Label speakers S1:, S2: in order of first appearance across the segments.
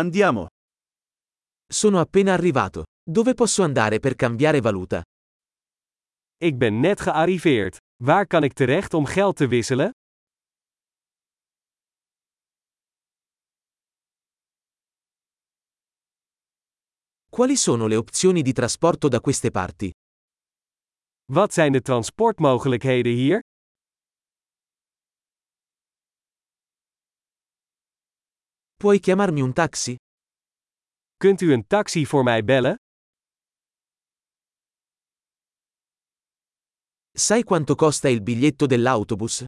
S1: Andiamo.
S2: Sono appena arrivato. Dove posso andare per cambiare valuta?
S3: Ik ben net gearriveerd. Waar kan ik terecht om geld te wisselen?
S2: Quali sono le opzioni di trasporto da queste parti?
S3: Wat zijn de transportmogelijkheden hier?
S2: Puoi chiamarmi un taxi?
S3: Kunt u een taxi voor mij bellen?
S2: Sai quanto costa il biglietto dell'autobus?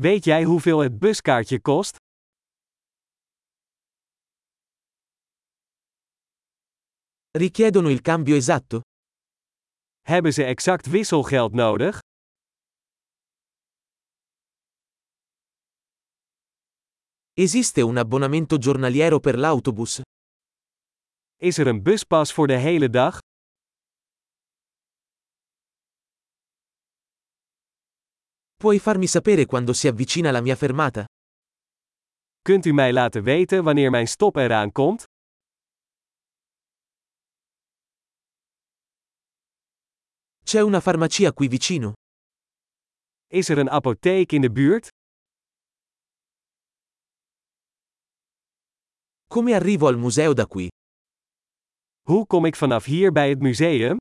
S3: Weet jij hoeveel het buskaartje kost?
S2: Richiedono il cambio esatto?
S3: Hebben ze exact wisselgeld nodig?
S2: Esiste un abbonamento giornaliero per l'autobus?
S3: Is er een buspas voor de hele dag?
S2: Puoi farmi sapere quando si avvicina la mia fermata?
S3: Kunt u mij laten weten wanneer mijn stop eraan komt?
S2: C'è una farmacia qui vicino?
S3: Is er een apotheek in de buurt?
S2: Come arrivo al museo da qui?
S3: Hoe kom ik vanaf hier bij het museum?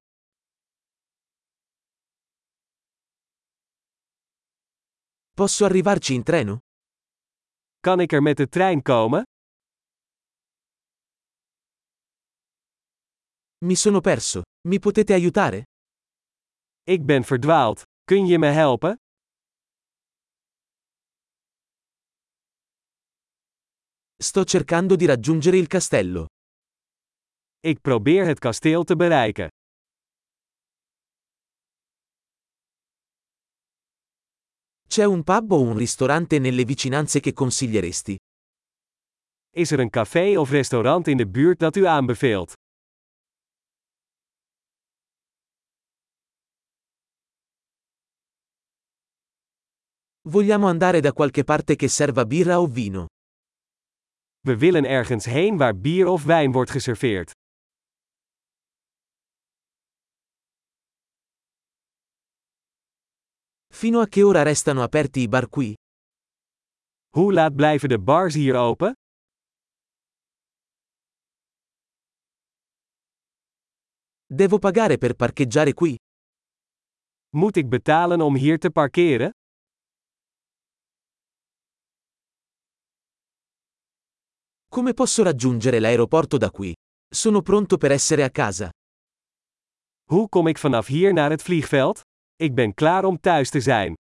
S2: Posso arrivarci in treno?
S3: Kan ik er met de trein komen?
S2: Mi sono perso. Mi potete aiutare?
S3: Ik ben verdwaald. Kun je me helpen?
S2: Sto cercando di raggiungere il castello.
S3: Ik probeer het kasteel te bereiken.
S2: C'è un pub o un ristorante nelle vicinanze che consiglieresti?
S3: Is er een café of restaurant in de buurt dat u aanbeveelt?
S2: Vogliamo andare da qualche parte che serva birra o vino.
S3: We willen ergens heen waar bier of wijn wordt geserveerd.
S2: Fino a che ora restano aperti i bar qui?
S3: Hoe laat blijven de bars hier open?
S2: Devo pagare per parcheggiare qui?
S3: Moet ik betalen om hier te parkeren?
S2: Come posso raggiungere l'aeroporto da qui? Sono pronto per essere a casa.
S3: Hoe kom ik vanaf hier naar het vliegveld? Ik ben klaar om thuis te zijn.